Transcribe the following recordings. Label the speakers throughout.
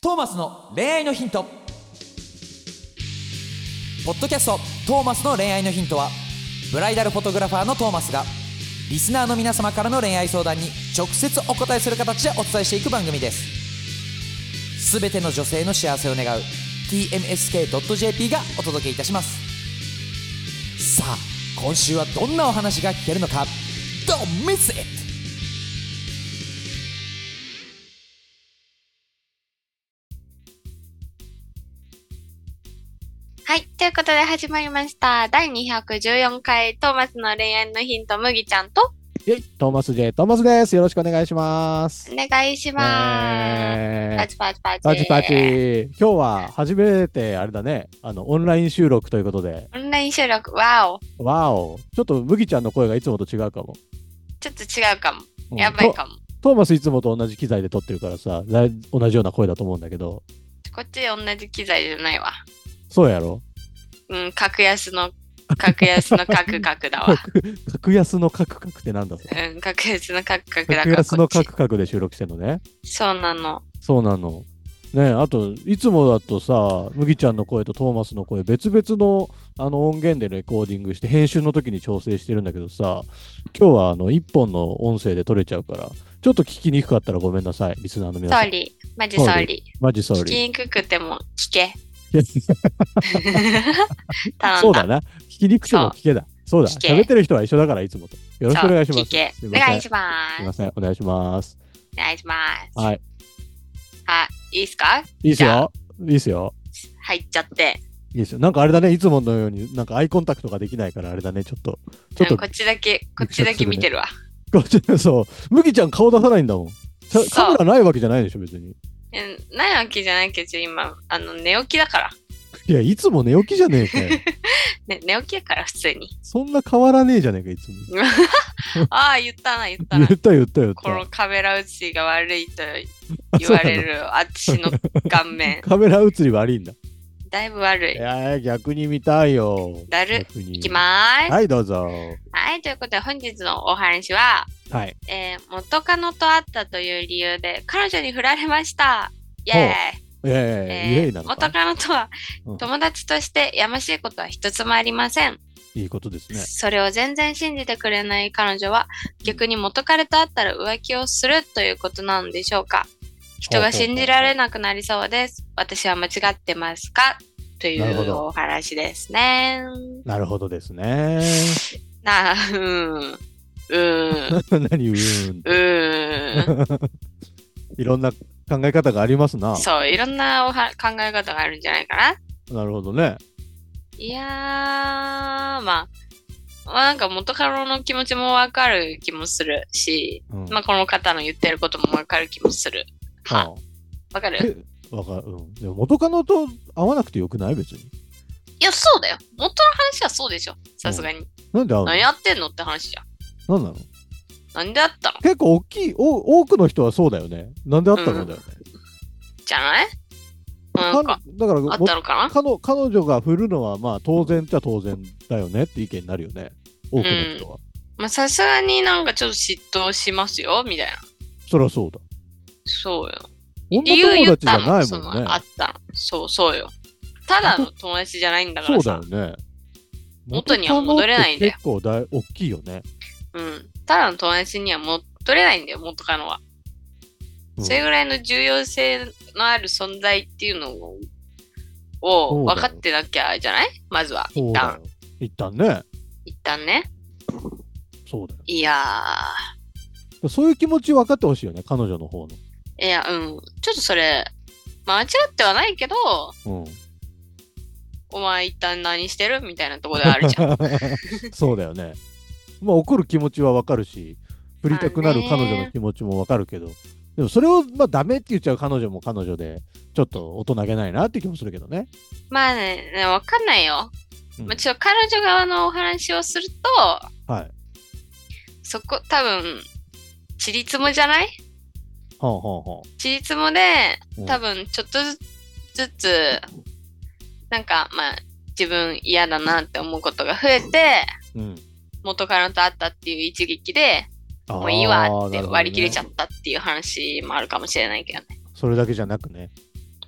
Speaker 1: トーマスの恋愛のヒントポッドキャスト「トーマスの恋愛のヒントは」ブライダルフォトグラファーのトーマスがリスナーの皆様からの恋愛相談に直接お答えする形でお伝えしていく番組ですすべての女性の幸せを願う tmsk.jp がお届けいたしますさあ今週はどんなお話が聞けるのか Don't miss it!
Speaker 2: はい。ということで始まりました。第214回トーマスの恋愛のヒント、麦ちゃんと
Speaker 3: イェイトーマス J トーマスです。よろしくお願いします。
Speaker 2: お願いします。
Speaker 3: えー
Speaker 2: パチパチパチ。
Speaker 3: パチパチ。今日は初めてあれだね。あのオンライン収録ということで、
Speaker 2: オンライン収録、わお。
Speaker 3: わお。ちょっと麦ちゃんの声がいつもと違うかも。
Speaker 2: ちょっと違うかも。
Speaker 3: うん
Speaker 2: やばいかも。
Speaker 3: とトーマスいつもと同じ機材で撮ってるからさ、だい同じような声だと思うんだけど、
Speaker 2: こっち同じ機材じゃないわ。
Speaker 3: そうやろ。
Speaker 2: うん、格安の、格安のカクカクだわ。
Speaker 3: 格安のカクカクってなん だろう
Speaker 2: うん、格安のカクカクだか
Speaker 3: 格
Speaker 2: ら
Speaker 3: 安
Speaker 2: こ
Speaker 3: の
Speaker 2: っ
Speaker 3: カ
Speaker 2: ち。
Speaker 3: クカクで収録してるのね。
Speaker 2: そうなの。
Speaker 3: そうなの。ねえあと、いつもだとさ、麦ちゃんの声とトーマスの声、別々のあの音源でレコーディングして、編集の時に調整してるんだけどさ、今日はあの1本の音声で撮れちゃうから、ちょっと聞きにくかったらごめんなさい、リスナーの皆
Speaker 2: ソ
Speaker 3: さ
Speaker 2: ー
Speaker 3: ん。
Speaker 2: リー。マジソーリ
Speaker 3: マジソ
Speaker 2: ー。
Speaker 3: ー
Speaker 2: 聞
Speaker 3: リ
Speaker 2: きにくくても聞 け。
Speaker 3: ー。
Speaker 2: 頼ん
Speaker 3: そうだな。聞きにくくても聞けだ。そうだ。
Speaker 2: 聞け
Speaker 3: 喋ってる人は一緒だから、いつもと。よろしくお願いしま
Speaker 2: そう
Speaker 3: す。
Speaker 2: 聞け
Speaker 3: す
Speaker 2: お
Speaker 3: いませ
Speaker 2: 願
Speaker 3: ん。
Speaker 2: い
Speaker 3: す
Speaker 2: しま
Speaker 3: い
Speaker 2: す
Speaker 3: ま。せん。お願いします。
Speaker 2: お願いします。
Speaker 3: はい。
Speaker 2: はい、いいっすか
Speaker 3: いいっす
Speaker 2: じゃあ
Speaker 3: よ。いいっすよ。
Speaker 2: 入っちゃって。
Speaker 3: いいっすよ。なんかあれだね、いつものように、なんかアイコンタクトができないから、あれだね、ちょっと。ち
Speaker 2: う
Speaker 3: ょっ
Speaker 2: ん
Speaker 3: と
Speaker 2: こっちだけ、こっちだけ見てるわ。
Speaker 3: こっち そう。麦ちゃん顔出さないんだもん。さ
Speaker 2: そう
Speaker 3: カメラないわけじゃないでしょ、別に。
Speaker 2: うんないわけじゃないけど、今、あの、寝起きだから。
Speaker 3: いや、いつも寝起きじゃねえかよ。
Speaker 2: ね、寝起きやから、普通 に。
Speaker 3: そんな変わらねえじゃねえか、いつも。
Speaker 2: ああ、言ったな、言った
Speaker 3: 言
Speaker 2: な。
Speaker 3: った言った言っ
Speaker 2: この
Speaker 3: た。
Speaker 2: カメラ映りが悪いと言わ れる、あっちの顔面。
Speaker 3: カメラ映り悪いんだ。い
Speaker 2: だいぶ悪い。
Speaker 3: やー、逆に見たいよ。
Speaker 2: だる
Speaker 3: 逆に
Speaker 2: いきまーす。
Speaker 3: はい、どうぞ。
Speaker 2: はい、ということで、本日のお話は、
Speaker 3: はい。
Speaker 2: えー元カノと会ったという理由で、彼女に振られました。イェーイ
Speaker 3: ええイエ
Speaker 2: え
Speaker 3: ーイ
Speaker 2: ー
Speaker 3: なの
Speaker 2: 元
Speaker 3: か。
Speaker 2: カノとは
Speaker 3: うん
Speaker 2: 友達としてやましいことは一つもありません、
Speaker 3: いいことですね。
Speaker 2: それを全然信じてくれない彼女は逆に元彼と会ったら浮気をするということなのでしょうか人が信じられなくなりそうです私は間違ってますかとい
Speaker 3: なるほ
Speaker 2: う
Speaker 3: ど
Speaker 2: お話ですね
Speaker 3: なるほどですね。
Speaker 2: なあうんうーん
Speaker 3: 何うーんっ
Speaker 2: う
Speaker 3: て。
Speaker 2: ー ん
Speaker 3: いろんな考え方がありますな。
Speaker 2: そういろんなおは考え方があるんじゃないかな
Speaker 3: なるほどね。
Speaker 2: いやー、まあ、まあなんか元カノの気持ちもわかる気もするし、
Speaker 3: うん。
Speaker 2: まあこの方の言ってることもわかる気もする。は、
Speaker 3: うん
Speaker 2: わかる
Speaker 3: えわかる。うん。でも元カノと会わなくてよくない別に。
Speaker 2: いや、そうだよ。元の話はそうでしょ。さすがに。
Speaker 3: なんで会うの
Speaker 2: 何やってんのって話じゃん。
Speaker 3: なんなの
Speaker 2: 何であったの
Speaker 3: 結構大きいお、多くの人はそうだよね。なんで会ったのだよね。
Speaker 2: じゃない
Speaker 3: か
Speaker 2: なんか
Speaker 3: だか、ら
Speaker 2: あ
Speaker 3: も
Speaker 2: ったのかな
Speaker 3: 彼女、彼女が振るのはまあ当然っちゃ当然だよねって意見になるよね。多くの人は。
Speaker 2: まあさすがになんかちょっと嫉妬しますよ、みたいな。
Speaker 3: そりゃそうだ。
Speaker 2: そうよ。
Speaker 3: 女
Speaker 2: 理由言
Speaker 3: 友
Speaker 2: っ
Speaker 3: 達じ
Speaker 2: た
Speaker 3: ゃ
Speaker 2: の
Speaker 3: ない
Speaker 2: そ
Speaker 3: もんね
Speaker 2: のあ。ったの。そうそうよ。ただの友達じゃないんだか
Speaker 3: そう
Speaker 2: ら
Speaker 3: だよ
Speaker 2: さ。
Speaker 3: ね。
Speaker 2: 元には戻れないんだよ
Speaker 3: 元カノって結構大大きいよね。
Speaker 2: うん。ただの友達には戻れないんだよ、元カノは。
Speaker 3: うん
Speaker 2: それぐらいの重要性のある存在っていうのを
Speaker 3: そ
Speaker 2: を
Speaker 3: うだよ
Speaker 2: 分かってなきゃじゃないまずは。
Speaker 3: そう
Speaker 2: 一
Speaker 3: だ
Speaker 2: 旦。
Speaker 3: よ。一旦ね。
Speaker 2: 一旦ね。
Speaker 3: そうだよ
Speaker 2: いや
Speaker 3: で。そういう気持ち分かってほしいよね。彼女の方
Speaker 2: ー。いや、うん。ちょっとそれ、まあ間違ってはないけど、
Speaker 3: の。うん。
Speaker 2: お前一旦何してるみたいなとこである じゃん。
Speaker 3: そうだよね。まあ怒る気持ちはわかるし、振りたくなる彼女の気持ちもわかるけど、でもそれをまあダメって言っちゃう彼女も彼女で、ちょっと大人げないなって気もするけどね。
Speaker 2: まあね、ね分かんないよ。
Speaker 3: うん
Speaker 2: まあ、ちょっと彼女側のお話をすると、
Speaker 3: はい。
Speaker 2: そこ多分、ちりつもじゃない
Speaker 3: ほうほうほ
Speaker 2: ちりつもで
Speaker 3: うん
Speaker 2: 多分ちょっとずつなんかまあ自分嫌だなって思うことが増えて
Speaker 3: う。うん。
Speaker 2: 元カノと会ったっていう一撃で
Speaker 3: あー
Speaker 2: もういいわって割り切れちゃ
Speaker 3: なるほどね
Speaker 2: ったっていう話もあるかもしれないけどね
Speaker 3: それだけじゃなくね。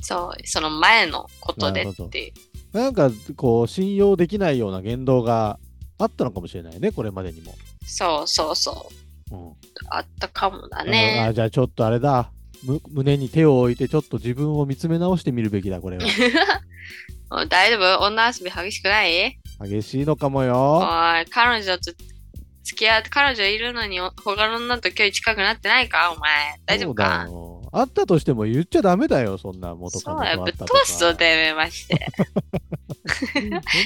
Speaker 2: そう、その前のことでっていう。
Speaker 3: なんかこう信用できないような言動があったのかもしれないねこれまでにも、
Speaker 2: そうそうそう。
Speaker 3: うん
Speaker 2: あったかもだ
Speaker 3: あ
Speaker 2: ね。
Speaker 3: あじゃあちょっとあれだむ胸に手を置いてちょっと自分を見つめ直してみるべきだこれ は
Speaker 2: おい大丈夫女遊び激しくない
Speaker 3: 激しいのかもよ
Speaker 2: おい、彼女と付き合って、彼女いるのにお他の女と距離近くなってないかお前。大丈夫か
Speaker 3: そうだよあったとしても言っちゃダメだよそんな元カ
Speaker 2: そ
Speaker 3: ノ
Speaker 2: う
Speaker 3: と
Speaker 2: だ
Speaker 3: 会
Speaker 2: よ、ぶ
Speaker 3: っ
Speaker 2: った
Speaker 3: と
Speaker 2: 飛ばすぞ、
Speaker 3: か
Speaker 2: てめまして。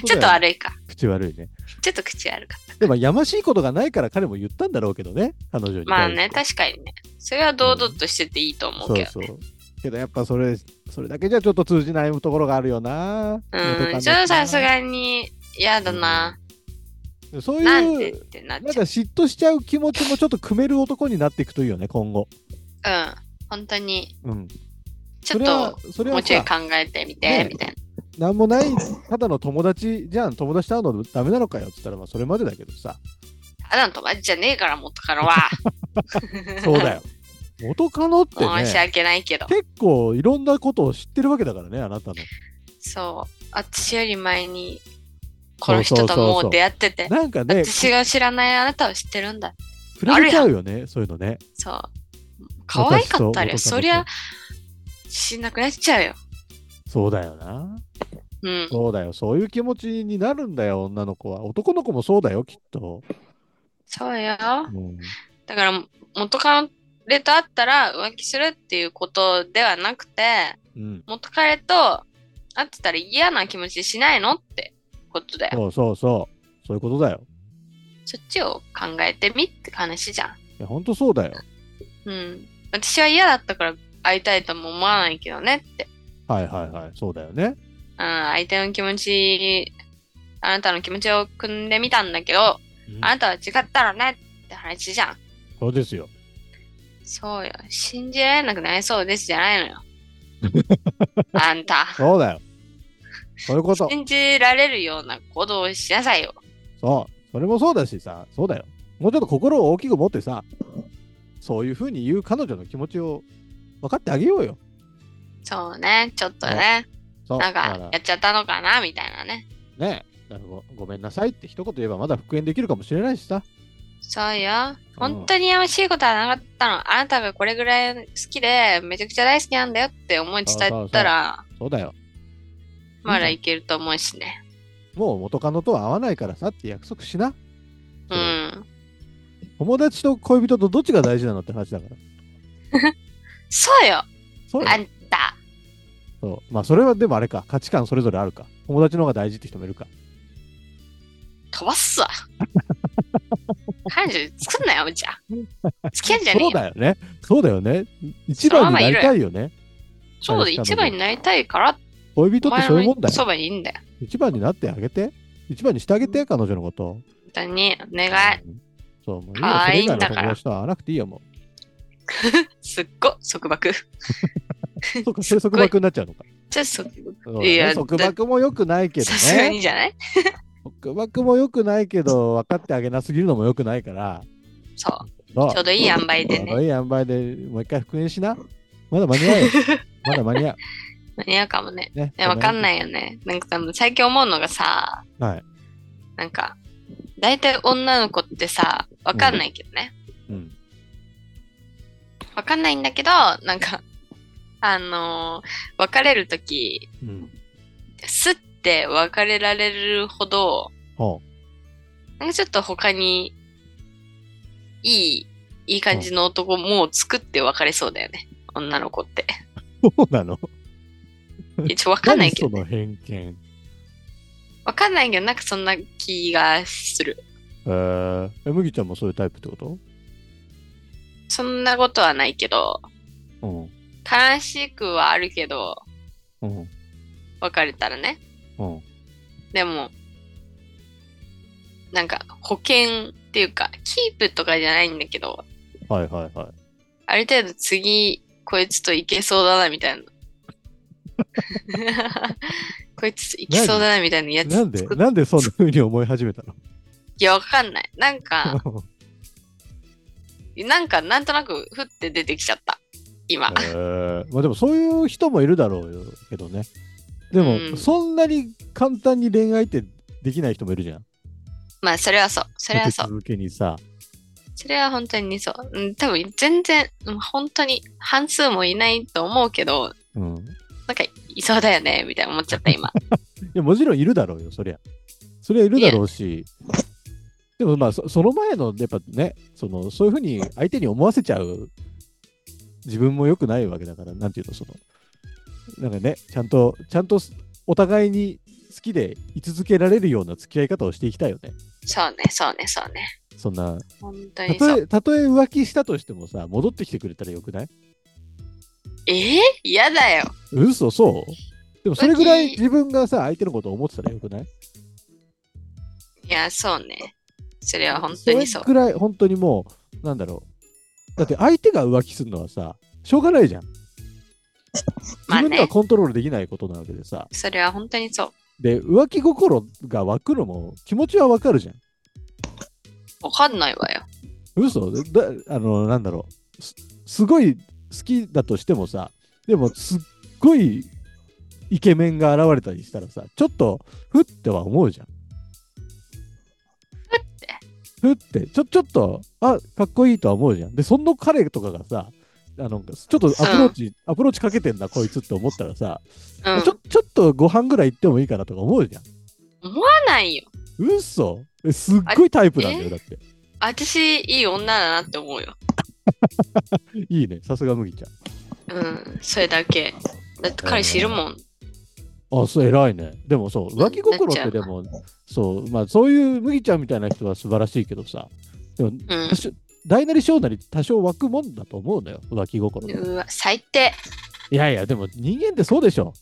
Speaker 2: ち
Speaker 3: ち
Speaker 2: ょっと悪いか。
Speaker 3: 口悪いね
Speaker 2: ちょっと口悪かった。
Speaker 3: でもやましいことがないから彼も言ったんだろうけどね彼女に対して
Speaker 2: まあね、確かにね。それは堂々としてていいと思うけどね。
Speaker 3: そうそうけどやっぱそれそれだけじゃちょっと通じないところがあるよな元カ
Speaker 2: う
Speaker 3: ノ
Speaker 2: ん、ちょっとさす
Speaker 3: な
Speaker 2: がに嫌だな。
Speaker 3: そう
Speaker 2: なんで
Speaker 3: い
Speaker 2: っ
Speaker 3: う
Speaker 2: てなっ
Speaker 3: なん
Speaker 2: ち
Speaker 3: か
Speaker 2: ゃう。
Speaker 3: 嫉妬しちゃう気持ちもちょっと組める男になっていくといいよね今後
Speaker 2: うん、本当に。
Speaker 3: うん
Speaker 2: ちょっ
Speaker 3: それは
Speaker 2: と、
Speaker 3: それ
Speaker 2: もう
Speaker 3: は
Speaker 2: ちょい
Speaker 3: さ
Speaker 2: 考えてみて、
Speaker 3: ね
Speaker 2: みたいな。
Speaker 3: なんもないただの友達じゃん友達と会うのダメなのかよっつったらまあそれまでだけどさ
Speaker 2: ただの友達じゃねえから、元カ ノは。
Speaker 3: そうだよ元カノって
Speaker 2: 申し
Speaker 3: ね
Speaker 2: 訳ないけど。
Speaker 3: 結構いろんなことを知ってるわけだからねあな たの
Speaker 2: そう。私より前に、この人ともう出会ってて。
Speaker 3: なんかね
Speaker 2: 私が知らないあなたを知ってるんだ。
Speaker 3: 比べちゃうよねそういうのね
Speaker 2: そう。可愛かったらよ。
Speaker 3: 私と元カノと
Speaker 2: そりゃ、死んなくなっちゃうよ。
Speaker 3: そうだよな
Speaker 2: うん。
Speaker 3: そうだよ、そういう気持ちになるんだよ、女の子は。男の子もそうだよ、きっと。
Speaker 2: そうよ。
Speaker 3: うん、
Speaker 2: だから、元彼と会ったら浮気するっていうことではなくて、
Speaker 3: うん
Speaker 2: 元彼と会ってたら嫌な気持ちしないのってことだよ。
Speaker 3: そうそうそう、そういうことだよ。
Speaker 2: そっちを考えてみって話じゃん。
Speaker 3: いや、ほんとそうだよ。
Speaker 2: うん。私は嫌だったから会いたいとも思わないけどねって。
Speaker 3: はいはいはい、そうだよね。
Speaker 2: うん、相手の気持ち、あなたの気持ちを組んでみたんだけど、
Speaker 3: うん
Speaker 2: あなたは違ったらねって話じゃん。
Speaker 3: そうですよ。
Speaker 2: そうよ。信じられなくなりそうですじゃないの よ。あんた。
Speaker 3: そうだよ。そういうこと。
Speaker 2: 信じられるような行動をしなさいよ。
Speaker 3: そう。それもそうだしさ、そうだよ。もうちょっと心を大きく持ってさ、そういうふうに言う彼女の気持ちを分かってあげようよ。
Speaker 2: そうね。ちょっとね。
Speaker 3: そう。
Speaker 2: なん
Speaker 3: だ
Speaker 2: か、や
Speaker 3: ら
Speaker 2: っちゃったのかなみたいなね。
Speaker 3: ねだからご、ごめんなさいって一言言えばまだ復縁できるかもしれないしさ。
Speaker 2: そうよ。本当にやましいことはなかったの。あなたがこれぐらい好きで、めちゃくちゃ大好きなんだよって思い伝えたら、
Speaker 3: そうだよ。
Speaker 2: まだいけると思うしね。
Speaker 3: もう元カノとは会わないからさって約束しな。
Speaker 2: う。
Speaker 3: そうん友達と恋人とどっちが大事なのって話だから。
Speaker 2: そうよ。
Speaker 3: そうよ
Speaker 2: あんた。
Speaker 3: そうまあそれはでもあれか、価値観それぞれあるか。友達の方が大事って人もいるか。
Speaker 2: 飛ばすわ。彼女作んなよ、じゃあ。付き合うんじゃねえ
Speaker 3: そ
Speaker 2: よ。
Speaker 3: うだよね。そうだよね。一番になりたいよね。
Speaker 2: そうだ、一番になりたいから、
Speaker 3: 恋人
Speaker 2: お
Speaker 3: って
Speaker 2: 前
Speaker 3: そういうもん
Speaker 2: の
Speaker 3: だ
Speaker 2: そ
Speaker 3: よ。
Speaker 2: ばにいいんだよ。
Speaker 3: 一番になってあげて。一番にしてあげて、彼女のこと。
Speaker 2: 本当に、お願い。
Speaker 3: うんそう、もういいよ。
Speaker 2: 可
Speaker 3: そ
Speaker 2: 愛
Speaker 3: れ
Speaker 2: い
Speaker 3: 以
Speaker 2: んだか
Speaker 3: 外の
Speaker 2: ら
Speaker 3: 友達とは会わなくていいよ、もう。
Speaker 2: すっご、束縛。
Speaker 3: そうか、それ束縛になっちゃうのか。
Speaker 2: じゃあ束
Speaker 3: そうだ
Speaker 2: いや
Speaker 3: ね束縛も良くないけ
Speaker 2: 縛。
Speaker 3: ど
Speaker 2: さすが
Speaker 3: ね。
Speaker 2: にじゃない
Speaker 3: 束縛も良くないけど、分かってあげなすぎるのも良くないから。
Speaker 2: そう。
Speaker 3: そう
Speaker 2: ちょうどいい塩梅で
Speaker 3: ちょうど
Speaker 2: ね。
Speaker 3: いい塩梅でもう一回復縁しな。まだ間に合う よ。まだ間に合う。
Speaker 2: 間に合うかもね。
Speaker 3: ね。。
Speaker 2: ね、わかんないいよね。なんか多分最近思うのがさ、
Speaker 3: はい。
Speaker 2: なんか、大体女の子ってさ、わかんないけどね。
Speaker 3: うん。
Speaker 2: わかんないんだけど、なんか、あのー別れるとき、
Speaker 3: うん。
Speaker 2: すって別れられるほど、
Speaker 3: ほ
Speaker 2: なんかちょっと他に、いい、いい感じの男もう作って別れそうだよね。女の子って。
Speaker 3: う。 そうなの。
Speaker 2: いやちょ、わかんないけど
Speaker 3: 何その偏見。
Speaker 2: わかんないけど、なんかそんな気がする。
Speaker 3: えー、え、麦ちゃんもそういうタイプってこと
Speaker 2: そんなことはないけど、
Speaker 3: うん。
Speaker 2: 悲しくはあるけど、
Speaker 3: うん。
Speaker 2: 別れたらね。
Speaker 3: うん。
Speaker 2: でも、なんか保険っていうか、キープとかじゃないんだけど、
Speaker 3: はいはいはい。
Speaker 2: ある程度次、こいつといけそうだな、みたいな。 こいつといけそうだな、みたいなやつ。
Speaker 3: なんで、なんでそんな風に思い始めたの
Speaker 2: いや、わかんない。 なんか、なんか、なんとなく、ふって出てきちゃった。今。
Speaker 3: えーまあでもそういう人もいるだろうけどね。でも、
Speaker 2: うん
Speaker 3: そんなに簡単に恋愛ってできない人もいるじゃん。
Speaker 2: まあ、それはそう。それは
Speaker 3: 立
Speaker 2: そ
Speaker 3: て
Speaker 2: う。
Speaker 3: 続けにさ。
Speaker 2: それは本当にそう。うん、多分全然、うん本当に半数もいないと思うけど、
Speaker 3: うん。い
Speaker 2: なんかいそうだよね、みたいな思っちゃった、 今。
Speaker 3: や、もちろんいるだろうよ、そりゃ。そりゃいるだろうし。でもまあそ、その前の、やっぱね、その、そういうふうに相手に思わせちゃう自分も良くないわけだから、なんていうの、その、なんかね、ちゃんと、ちゃんとお互いに好きで居続けられるような付き合い方をしていきたいよね。
Speaker 2: そうね、そうね、そうね。
Speaker 3: そんな
Speaker 2: 本当
Speaker 3: た
Speaker 2: に
Speaker 3: と
Speaker 2: そう。
Speaker 3: えたとえ浮気したとしてもさ戻ってきてくれたらよくない
Speaker 2: えー、嫌だよ。
Speaker 3: 嘘そうでもそれぐらい
Speaker 2: 浮気
Speaker 3: 自分がさ相手のことを思ってたらよくない
Speaker 2: いや、そうね。それは本当にそう
Speaker 3: れ。ぐらい本当にもうなんだろうだって相手が浮気するのはさしょうがないじゃん
Speaker 2: まあ
Speaker 3: 自分では
Speaker 2: ね、
Speaker 3: コントロールできないことなわけでさ
Speaker 2: それは本当にそう。
Speaker 3: で浮気心が湧くのも気持ちはわかるじゃん
Speaker 2: わかんないわよ。
Speaker 3: 嘘だあのなんだろうすすごい好きだとしてもさでもすっごいイケメンが現れたりしたらさちょっとふっては思うじゃんふってふってちょちょっとあかっこいいとは思うじゃんでその彼とかがさあのちょっとアプローチ、アプローチかけてんだこいつって思ったらさ、
Speaker 2: うん。
Speaker 3: ちょちょっとご飯ぐらい行ってもいいかなとか思うじゃん
Speaker 2: 思わないよ。
Speaker 3: 嘘えすっごいタイプなんだよだって
Speaker 2: 私、いい女だなって思うよ。
Speaker 3: いいねさすが麦ちゃん
Speaker 2: うん、それだけ。だって彼氏いるもん。
Speaker 3: あ、そう、偉いね。でもそう、浮気心っ
Speaker 2: な
Speaker 3: て
Speaker 2: っちゃ
Speaker 3: で
Speaker 2: う
Speaker 3: も、そう、まあそういう麦ちゃんみたいな人は素晴らしいけどさ、でも、
Speaker 2: うん
Speaker 3: 多。少大なり小なり多少湧くもんだと思うのよ、浮気心って。
Speaker 2: うわ、最低。
Speaker 3: いやいや、でも人間ってそうでしょ。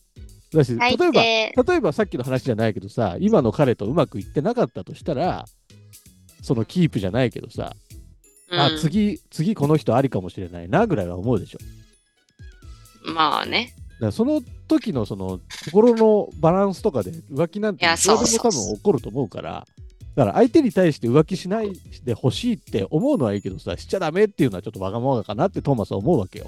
Speaker 3: だし、例
Speaker 2: 最
Speaker 3: え
Speaker 2: 低。
Speaker 3: ば、例えばさっきの話じゃないけどさ、今の彼とうまくいってなかったとしたら、そのキープじゃないけどさ、あ、
Speaker 2: う
Speaker 3: 次、次この人ありかもしれないなぐらいは思うでしょ。
Speaker 2: ん、まあね。
Speaker 3: だからその時のその心のバランスとかで浮気なんて
Speaker 2: い
Speaker 3: い
Speaker 2: や
Speaker 3: くらで
Speaker 2: そう
Speaker 3: も多
Speaker 2: そうそ
Speaker 3: 分起こると思うからだから相手に対して浮気しないでほしいって思うのはいいけどさしちゃダメっていうのはちょっとわがままかなってトーマスは思うわけよ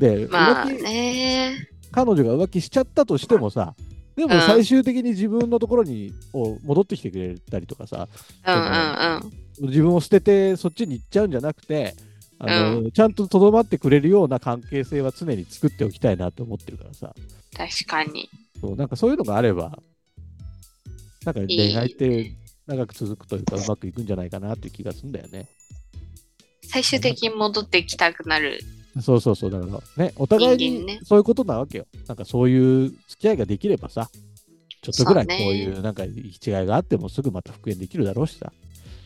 Speaker 3: で、
Speaker 2: まあ
Speaker 3: 浮気
Speaker 2: ね。
Speaker 3: 彼女が浮気しちゃったとしてもさでも
Speaker 2: うん
Speaker 3: 最終的に自分のところにを戻ってきてくれたりとかさ
Speaker 2: うんうんうん。
Speaker 3: 自分を捨ててそっちに行っちゃうんじゃなくてあの、ちゃんととどまってくれるような関係性は常に作っておきたいなと思ってるからさ
Speaker 2: 確かに。
Speaker 3: そうなんかそういうのがあれば、なんか
Speaker 2: い
Speaker 3: 恋愛って長く続くというか、うまくいくんじゃないかなっていう気がするんだよね。
Speaker 2: 最終的に戻ってきたくなる。
Speaker 3: そうそうそう、だからね、お互い
Speaker 2: 人間
Speaker 3: に
Speaker 2: ね
Speaker 3: そういうことなわけよ。なんかそういう付き合いができればさ、ちょっとぐらいこ
Speaker 2: そううね
Speaker 3: いうなんか行き違いがあってもすぐまた復縁できるだろうしさ、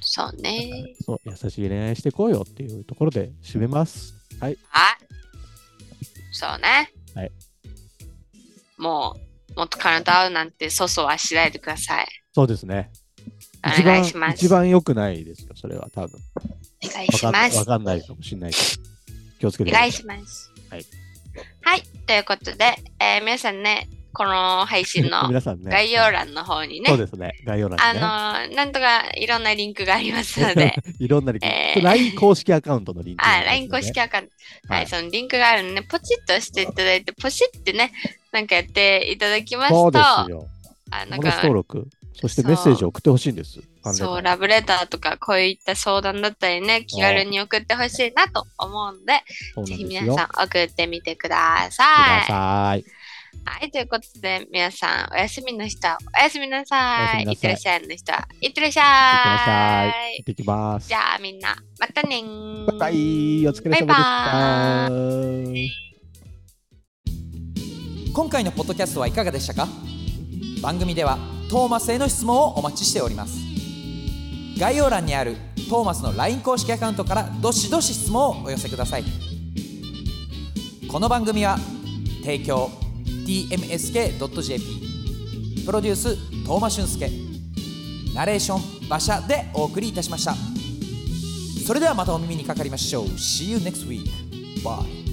Speaker 2: そう
Speaker 3: なん
Speaker 2: ね。
Speaker 3: かそう優しい恋愛してこうよっていうところで締めます。はい、
Speaker 2: はい。そうね。
Speaker 3: はい。
Speaker 2: もう、もっと彼と会うなんて、そそはしないでください。
Speaker 3: そうですね。
Speaker 2: お願いします。
Speaker 3: 一番良くないですよ、それは多分。
Speaker 2: お願い
Speaker 3: わ
Speaker 2: し
Speaker 3: かん
Speaker 2: ま
Speaker 3: わ
Speaker 2: す。
Speaker 3: かんないかもしれないけど。気をつけ
Speaker 2: お
Speaker 3: てくださ
Speaker 2: 願
Speaker 3: い
Speaker 2: い。します。
Speaker 3: はい。
Speaker 2: はい。ということで、えー皆さんね、この配信の
Speaker 3: 皆さんね。
Speaker 2: 概要欄の方にね、
Speaker 3: そうですね。概要欄にね。
Speaker 2: あのーなんとかいろんなリンクがあります ので、
Speaker 3: いろんなリンク、
Speaker 2: えー
Speaker 3: これ LINE 公式アカウントのリンク、
Speaker 2: あ、LINE 公式アカウント、はい、
Speaker 3: はい
Speaker 2: そのリンクがあるので、ポチッとしていただいて、ポシッてね、なんかやっていただきます
Speaker 3: そ
Speaker 2: と、
Speaker 3: うですよ。
Speaker 2: あなん
Speaker 3: 友達
Speaker 2: か
Speaker 3: 登録、そしてメッセージを送ってほしいんです。
Speaker 2: そう、
Speaker 3: 関連
Speaker 2: ラブレターとか、こういった相談だったりね、気軽に送ってほしいなと思うので、
Speaker 3: そうな
Speaker 2: ぜ
Speaker 3: ん
Speaker 2: ひ
Speaker 3: ですよ
Speaker 2: 皆さん送ってみてくださ
Speaker 3: く
Speaker 2: い。
Speaker 3: ださい。
Speaker 2: はい、ということで、皆さん、お休みの人はおやすみな
Speaker 3: おや
Speaker 2: さ
Speaker 3: す
Speaker 2: い。
Speaker 3: みないさ
Speaker 2: って
Speaker 3: い
Speaker 2: らっしゃいの人は、いってらっし
Speaker 3: い
Speaker 2: ゃ
Speaker 3: ってらっしゃい。行
Speaker 2: い
Speaker 3: っ。てきます。
Speaker 2: じゃあ、みんな、またねー
Speaker 3: バイバイ。お疲れ様でした。
Speaker 2: バイバ
Speaker 1: 今回のポッドキャストはいかがでしたか番組ではトーマスへの質問をお待ちしております概要欄にあるトーマスの LINE 公式アカウントからどしどし質問をお寄せくださいこの番組は提供 tmsk.jp プロデューストーマ俊介ナレーション馬車でお送りいたしましたそれではまたお耳にかかりましょう See you next week Bye